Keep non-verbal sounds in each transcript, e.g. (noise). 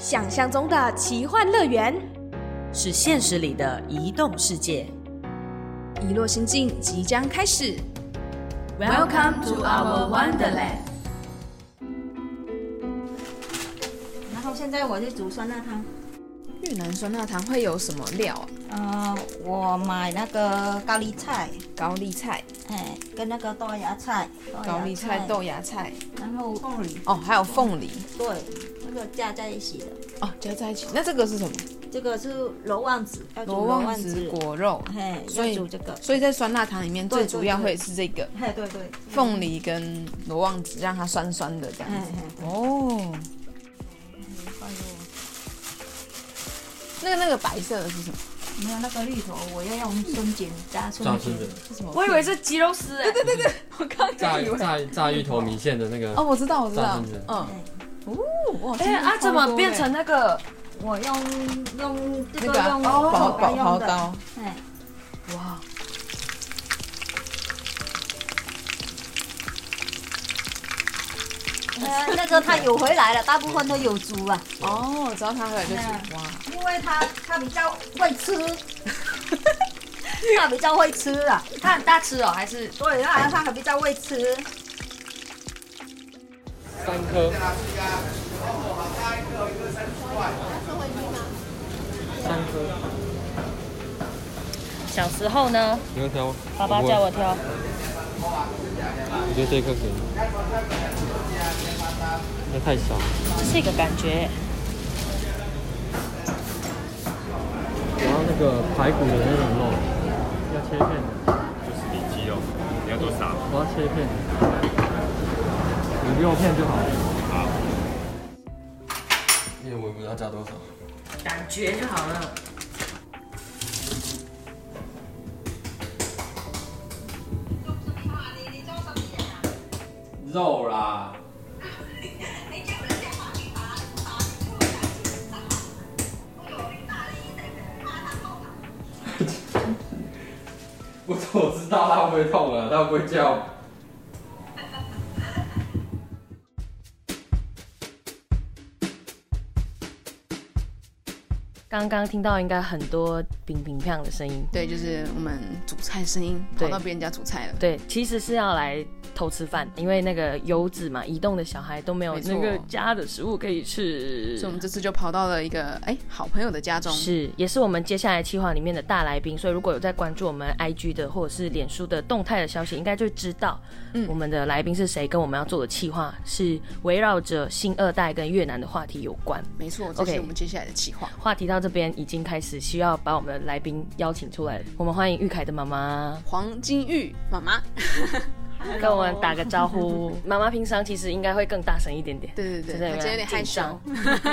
想象中的奇幻乐园，是现实里的移动世界。遗落心境即将开始。 Welcome to our Wonderland。然后现在我就煮酸辣汤。越南酸辣汤会有什么料啊？呃，我买那个高丽菜，高丽菜、哎，跟那个豆芽菜，高丽菜、豆芽菜，然后凤梨，哦，还有凤梨，对，那个加在一起的。哦，加在一起。那这个是什么？这个是罗望子，要煮罗罗望望子果肉。嘿，所要以煮这个。所以在酸辣汤里面对最主要会是这个嘿，对对，凤梨跟罗望子，让它酸酸的这嘿样子。嘿，哦，哎呦，那个那个白色的是什么？没有那个绿头，我要用春卷炸春炸卷春。卷，是什么？我以为是鸡肉丝哎、我刚炸 (laughs) 刚以为炸炸芋头米线的那个哦，我知道，我知道炸春卷，嗯，哦，哇，哎、真的啊，怎超么多变耶成那个？我用用这那个个啊用薄手薄来用薄的刀？哎，哇，呃那个它有回来了，大部分都有煮啊，哦，只要它回来就行。哇，因为它它比较会 (laughs) 吃，它比较会吃啊，它很大吃哦，还是对，它它比较会吃。三颗，三颗，小时候呢，你用挑，爸爸叫我挑，我觉得这一颗可以，那太小，这是一个感觉。然后那个排骨的那种肉要切片的，就是里脊肉，你要多少？我要切片的，五六片就好了。好，我也不知道加多少，感觉就好了。肉啦。 (laughs) 我我知道它会不会痛了，它会不会叫。刚刚听到应该很多乒乒乓的声音，对，就是我们煮菜声音跑对到别人家煮菜了。对，其实是啊要来偷吃饭，因为那个游子嘛，移动的小孩都没有没错那个家的食物可以所以我吃们。这次就跑到了一个哎、好朋友的家中，是，也是我们接下来计划里面的大来宾，所以如果有在关注我们 IG 的或者是脸书的动态的消息，应该就知道我们的来宾是谁，跟我们要做的计划是围绕着新二代跟越南的话题有关。没错，这是 OK 我们接下来的企划。话题到这边已经开始，需要把我们的来宾邀请出来。我们欢迎玉凯的妈妈，黄金玉妈妈，跟我们打个招呼。妈妈平常其实应该会更大声一点点。对对对，真她的今天有点害羞，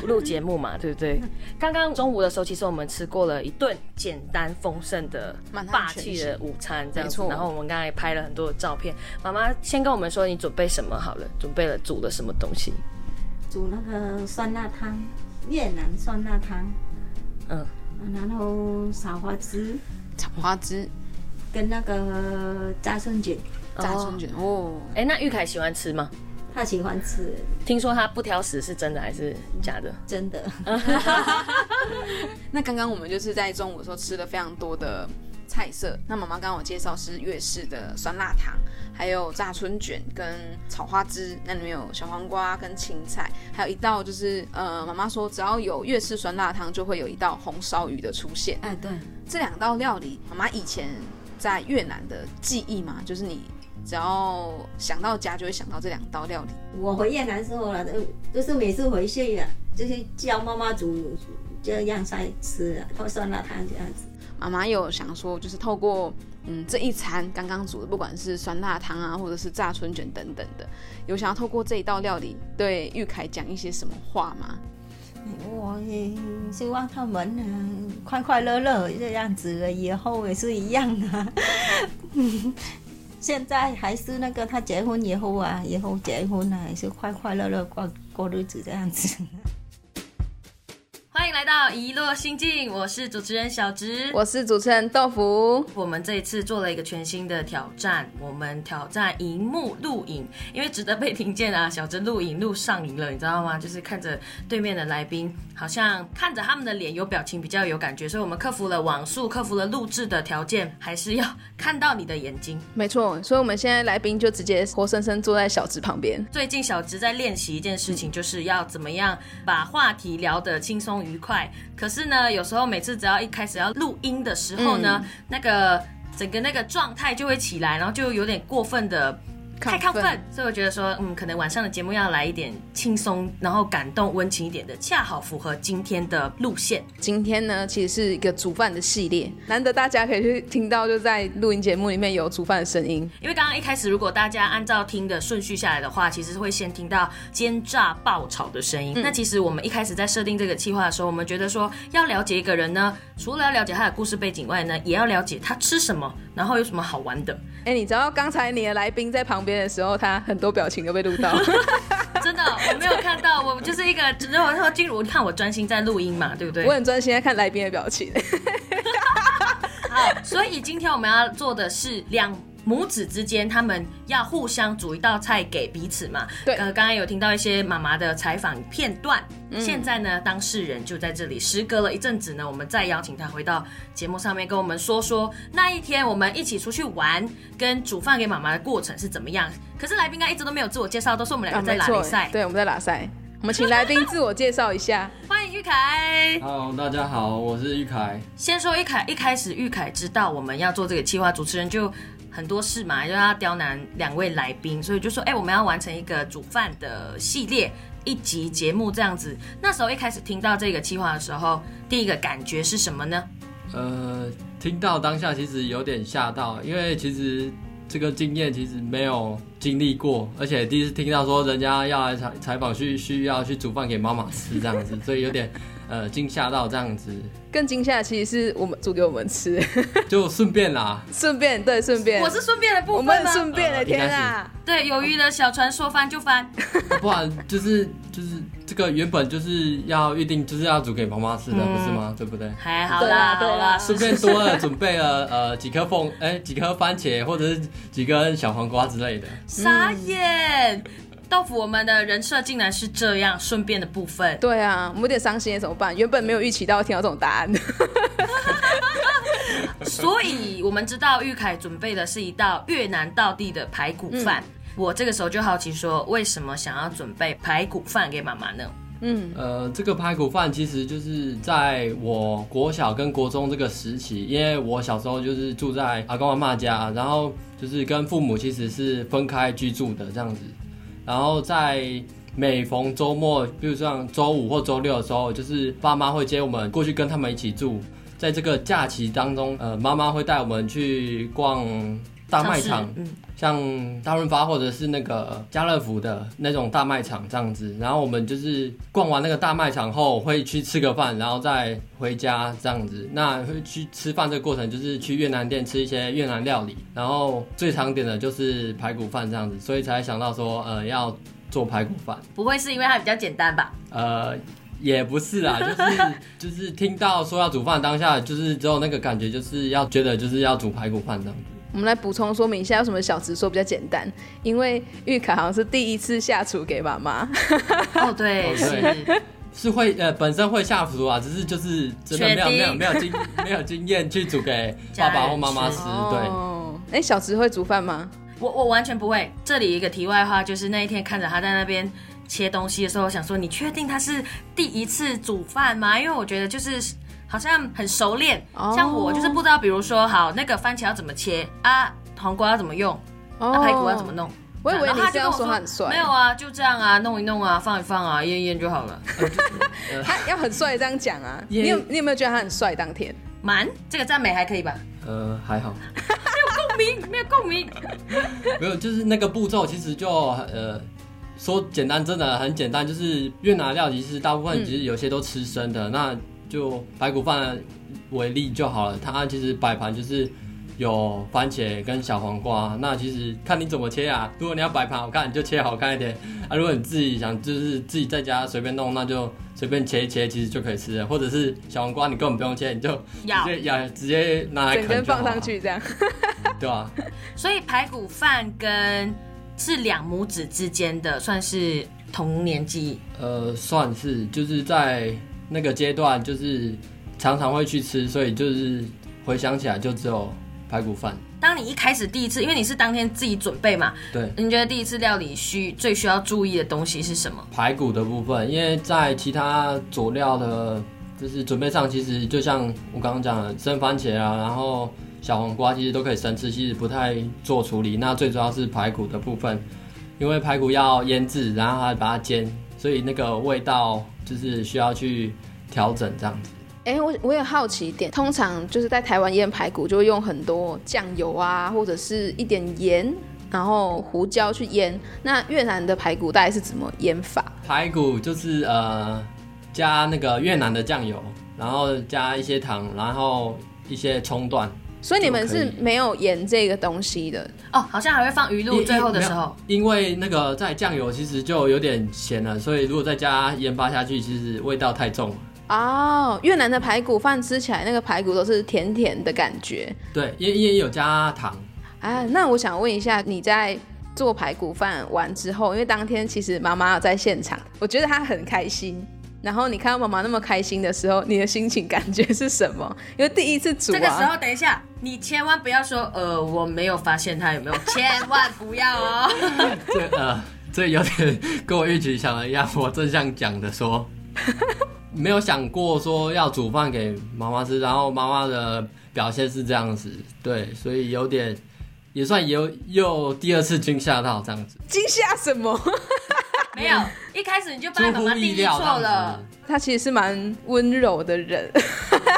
羞。 (laughs) 录节目嘛，对不对？刚刚中午的时候，其实我们吃过了一顿简单丰盛的满汉霸全气席的午餐，这样子没。错然后我们刚才拍了很多的照片。妈妈先跟我们说你准备什么好了，准备了煮了什么东西？煮那个酸辣汤，越南酸辣汤，嗯，然后炒花枝炒花枝、跟那个炸春卷，炸春卷哦，哎，那玉凯喜欢吃吗？他喜欢吃，听说他不挑食，是真的还是假嗯的？真的。那刚刚我们就是在中午的时候吃了非常多的菜色。那妈妈刚刚我介绍是粤式的酸辣汤，还有炸春卷跟炒花枝，那里面有小黄瓜跟青菜，还有一道就是呃，妈妈说只要有粤式酸辣汤，就会有一道红烧鱼的出现。哎，对，这两道料理，妈妈以前在越南的记忆嘛，就是你只要想到家就会想到这两道料理。我回越南时候了，就就是每次回去了，就是叫妈妈煮这样菜吃啊了，或酸辣汤这样子。妈妈有想说，就是透过嗯这一餐刚刚煮的，不管是酸辣汤啊，或者是炸春卷等等的，有想要透过这一道料理对玉凯讲一些什么话吗？我也哦希望他们嗯快快乐乐这样子，以后也是一样的。 (laughs) 现在还是那个他结婚以后啊，以后结婚啊，也是快快乐乐过过日子这样子。欢迎来到一落心境，我是主持人小植。我是主持人豆腐，我们这一次做了一个全新的挑战，我们挑战荧幕录影，因为值得被听见啊！小珍录影录上瘾了，你知道吗？就是看着对面的来宾，好像看着他们的脸有表情比较有感觉，所以我们克服了网速，克服了录制的条件，还是要看到你的眼睛。没错，所以我们现在来宾就直接活生生坐在小直旁边。最近小植在练习一件事情，就是要怎么样把话题聊得轻松愉快。可是呢，有时候每次只要一开始要录音的时候呢，那个整个那个状态就会起来，然后就有点过分的。太亢奋，所以我觉得说，嗯，可能晚上的节目要来一点轻松，然后感动、温情一点的，恰好符合今天的路线。今天呢，其实是一个煮饭的系列，难得大家可以去听到，就在录音节目里面有煮饭的声音。因为刚刚一开始，如果大家按照听的顺序下来的话，其实会先听到奸诈爆炒的声音。那其实我们一开始在设定这个计划的时候，我们觉得说要了解一个人呢，除了要了解他的故事背景外呢，也要了解他吃什么，然后有什么好玩的。哎、你知道刚才你的来宾在旁边的时候，他很多表情都被录到。真的，我没有看到，我就是一个， (laughs) 如果说进入，你看我专心在录音嘛，对不对我？很专心在看来宾的表情。好， (laughs) 所以今天我们要做的是两。母子之间，他们要互相煮一道菜给彼此嘛？对呃，刚刚有听到一些妈妈的采访片段。嗯现在呢，当事人就在这里。时隔了一阵子呢，我们再邀请他回到节目上面，跟我们说说那一天我们一起出去玩，跟煮饭给妈妈的过程是怎么样。可是来宾应该一直都没有自我介绍，都是我们两啊个在没拉错比赛。对，我们在拉赛。我们请来宾自我介绍一下。欢迎玉凯。 Hello，大家好，我是玉凯。先说一开一开始，玉凯知道我们要做这个计划，主持人就很多事嘛，就要刁难两位来宾，所以就说，哎、我们要完成一个煮饭的系列一集节目这样子。那时候一开始听到这个计划的时候，第一个感觉是什么呢？呃，听到当下其实有点吓到，因为其实这个经验其实没有经历过，而且第一次听到说人家要来采采访，需需要去煮饭给妈妈吃这样子，所以有点呃惊吓到这样子，更惊吓的其实是我们煮给我们吃， (laughs) 就顺便啦。顺便对，顺便我是顺便的部我们分很吗？顺便的、呃天啊！对，有鱼的小船说翻就翻，不然就是就是这个原本就是要预定就是要煮给妈妈吃的，不是吗？对不对？还哎好对啊啦，啦对啊好啦啦，顺便多了准备了呃几颗凤哎、几颗番茄或者是几根小黄瓜之类的。傻眼。豆腐，我们的人设竟然是这样顺便的部分，对啊，我们有点伤心，怎么办？原本没有预期到听到这种答案。 (laughs) 所以我们知道玉凯准备的是一道越南道地的排骨饭。我这个时候就好奇说，为什么想要准备排骨饭给妈妈呢？嗯呃，这个排骨饭其实就是在我国小跟国中这个时期，因为我小时候就是住在阿公阿嬷家，然后就是跟父母其实是分开居住的这样子，然后在每逢周末，比如像周五或周六的时候，就是爸妈会接我们过去跟他们一起住。在这个假期当中，呃，妈妈会带我们去逛大啊卖场尝试，嗯，像大润发或者是那个家乐福的那种大卖场这样子，然后我们就是逛完那个大卖场后，会去吃个饭，然后再回家这样子。那会去吃饭这个过程就是去越南店吃一些越南料理，然后最常点的就是排骨饭这样子，所以才想到说呃要做排骨饭。不会是因为它比较简单吧？呃，也不是啦，就是就是听到说要煮饭，当下就是只有那个感觉，就是要觉得就是要煮排骨饭这样子。我们来补充说明一下，为什么小直说比较简单？因为玉凯好像是第一次下厨给 (laughs) 妈妈，哦，对，哦是对是会呃本身会下厨啊，只是就是真的没有确定没有没有经没有经验去煮给爸爸或妈妈吃，嗯对。哦，哎、小直会煮饭吗？我我完全不会。这里一个题外话，就是那一天看着他在那边。切东西的时候，我想说，你确定他是第一次煮饭吗？因为我觉得就是好像很熟练哦像我就是不知道，比如说，好那个番茄要怎么切啊，黄瓜要怎么用，哦啊排骨要怎么？弄，我以为然你后他是就跟要我说他很帅，没有，啊，就这样啊，弄一弄啊，放一放啊，腌一腌就好了。他要很帅这样讲啊。也你有你有没有觉得他很帅？当天蛮，这个赞美还可以吧？呃，还好，共鸣，没有共鸣。没有，就是那个步骤其实就呃说简单，真的很简单，就是越南料理其实大部分其实有些都吃生的，那就排骨饭为例就好了，它其实摆盘就是。有番茄跟小黄瓜。那其实看你怎么切啊。如果你要摆盘好看，你就切好看一点啊。如果你自己想就是自己在家随便弄，那就随便切一切，其实就可以吃了。或者是小黄瓜，你根本不用切，你就咬直接咬，直接拿来整啃根就好放上，去这样。对啊？所以排骨饭跟是两拇指之间的，算是童年记忆。呃，算是就是在那个阶段，就是常常会去吃，所以就是回想起来就只有排骨饭。当你一开始第一次，因为你是当天自己准备嘛，对，你觉得第一次料理需最需要注意的东西是什么？排骨的部分，因为在其他佐料的，就是准备上，其实就像我刚刚讲的，生番茄啊，然后小黄瓜其实都可以生吃，其实不太做处理。那最主要是排骨的部分，因为排骨要腌制，然后还把它煎，所以那个味道就是需要去调整这样子。哎、我我也好奇一点，通常就是在台湾腌排骨就会用很多酱油啊，或者是一点盐，然后胡椒去腌。那越南的排骨大概是怎么腌法？排骨就是呃加那个越南的酱油，然后加一些糖，然后一些葱段。所以你们就可以是没有盐这个东西的，哦，好像还会放鱼露，嗯因最后的时候，，因没有因为那个在酱油其实就有点咸了，所以如果再加盐巴下去，其实味道太重了。哦，越南的排骨饭吃起来那个排骨都是甜甜的感觉对，因为因为有加糖，啊。那我想问一下，你在做排骨饭完之后，因为当天其实妈妈有在现场，我觉得她很开心。然后你看到妈妈那么开心的时候，你的心情感觉是什么？因为第一次煮啊，这个时候等一下，你千万不要说呃我没有发现它有没有，千万不要哦。这呃这有点跟我预期想的一样，我正想讲 (laughs) 的说，没有想过说要煮饭给妈妈吃，然后妈妈的表现是这样子，对，所以有点也算有又第二次惊吓到这样子，惊吓什么？ (laughs) 没有，一开始你就出把妈乎妈意定义料这错样子了。他其实是蛮温柔的人， (laughs)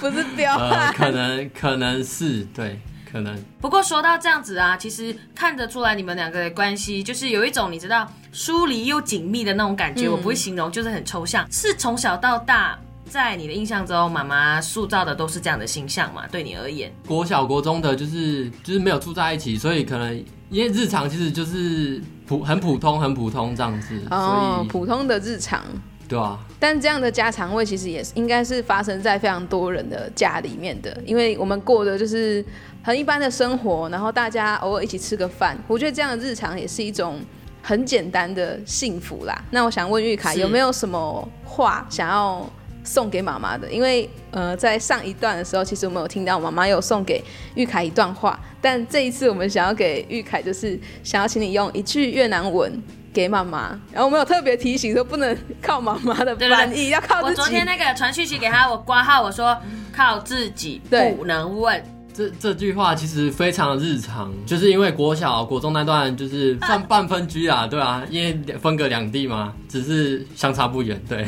不是彪呃，悍。可能可能是对，可能。不过说到这样子啊，其实看得出来你们两个的关系，就是有一种你知道疏离又紧密的那种感嗯觉。我不会形容，就是很抽象。是从小到大，在你的印象中，妈妈塑造的都是这样的形象嘛？对你而言，国小国中的，就是就是没有住在一起，所以可能因为日常其实就是普很普通很普通这样子，哦，所以普通的日常，对啊，但这样的家常味其实也是应该是发生在非常多人的家里面的，因为我们过的就是很一般的生活，然后大家偶尔一起吃个饭，我觉得这样的日常也是一种很简单的幸福啦。那我想问玉凯是有没有什么话想要送给妈妈的？因为呃，在上一段的时候，其实我们有听到妈妈有送给玉凯一段话，但这一次我们想要给玉凯就是想要请你用一句越南文。给妈妈，然后我们有特别提醒说不能靠妈妈的对对对翻译，要靠自我己。昨天那个传讯息给他，我挂号，我说靠自己，对不能问。这这句话其实非常日常，就是因为国小国中那段就是算半分居啊，对啊，因为分隔两地嘛，只是相差不远，对，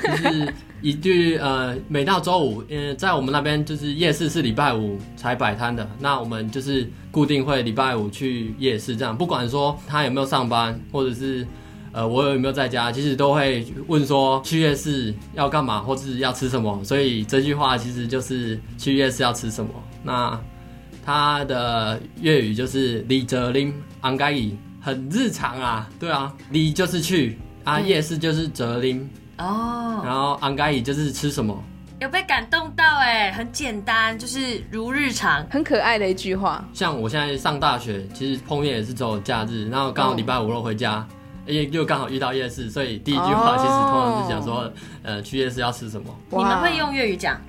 就是一句呃，每到周五，嗯、在我们那边就是夜市是礼拜五才摆摊的，那我们就是固定会礼拜五去夜市，这样不管说他有没有上班，或者是。呃，我有没有在家？其实都会问说去夜市要干嘛，或是要吃什么。所以这句话其实就是去夜市要吃什么。那它的粤语就是“李哲林安该乙”，很日常啊。对啊，李就是去啊，夜市就是哲林，哦，然后安该乙就是吃什么。有被感动到哎、很简单，就是如日常。很可爱的一句话。像我现在上大学，其实碰面也是只有假日，然后刚好礼拜五又回家，也又刚好遇到夜市，所以第一句话其实通常是讲说，呃，去夜市要吃什么。你们会用粤语讲？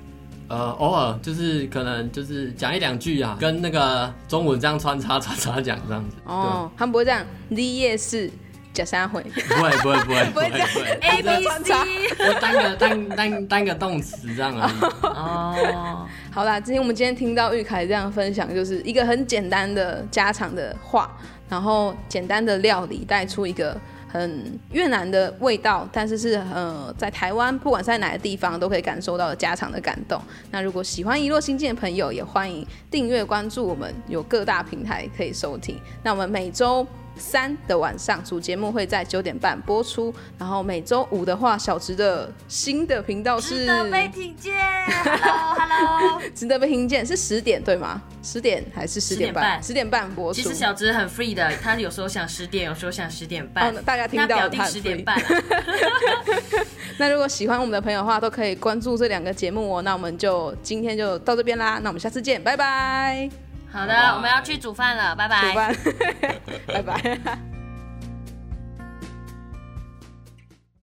呃，偶尔就是可能就是讲一两句啊，跟那个中文这样穿插穿插讲这样子。哦，他们不会这样。你夜市假三回，对，不会不会不会 (laughs) 不会这样不会， A B 穿 C 插 (laughs) 我单个单单单个动词这样而已。 (laughs) 哦，好啦，今天我们今天听到玉凯这样分享，就是一个很简单的家常的话，然后简单的料理带出一个很越南的味道，但是是呃在台湾不管在哪个地方都可以感受到的家常的感动。那如果喜欢一落新建的朋友，也欢迎订阅关注我们，有各大平台可以收听。那我们每周三的晚上，主节目会在九点半播出。然后每周五的话，小植的新的频道是值得被听见。Hello，Hello。值得被听见是十点对吗？十点还是十点半？ 10十点半播其出实。小直很 free 的，他有时候想十点，有时候想十点哦半那。大家听那到表了弟他很十点 free 半啊，那如果喜欢我们的朋友的话，都可以关注这两个节目哦。那我们就今天就到这边啦，那我们下次见，拜拜，好的拜拜，我们要去煮饭了，拜 (laughs) 煮饭，拜拜。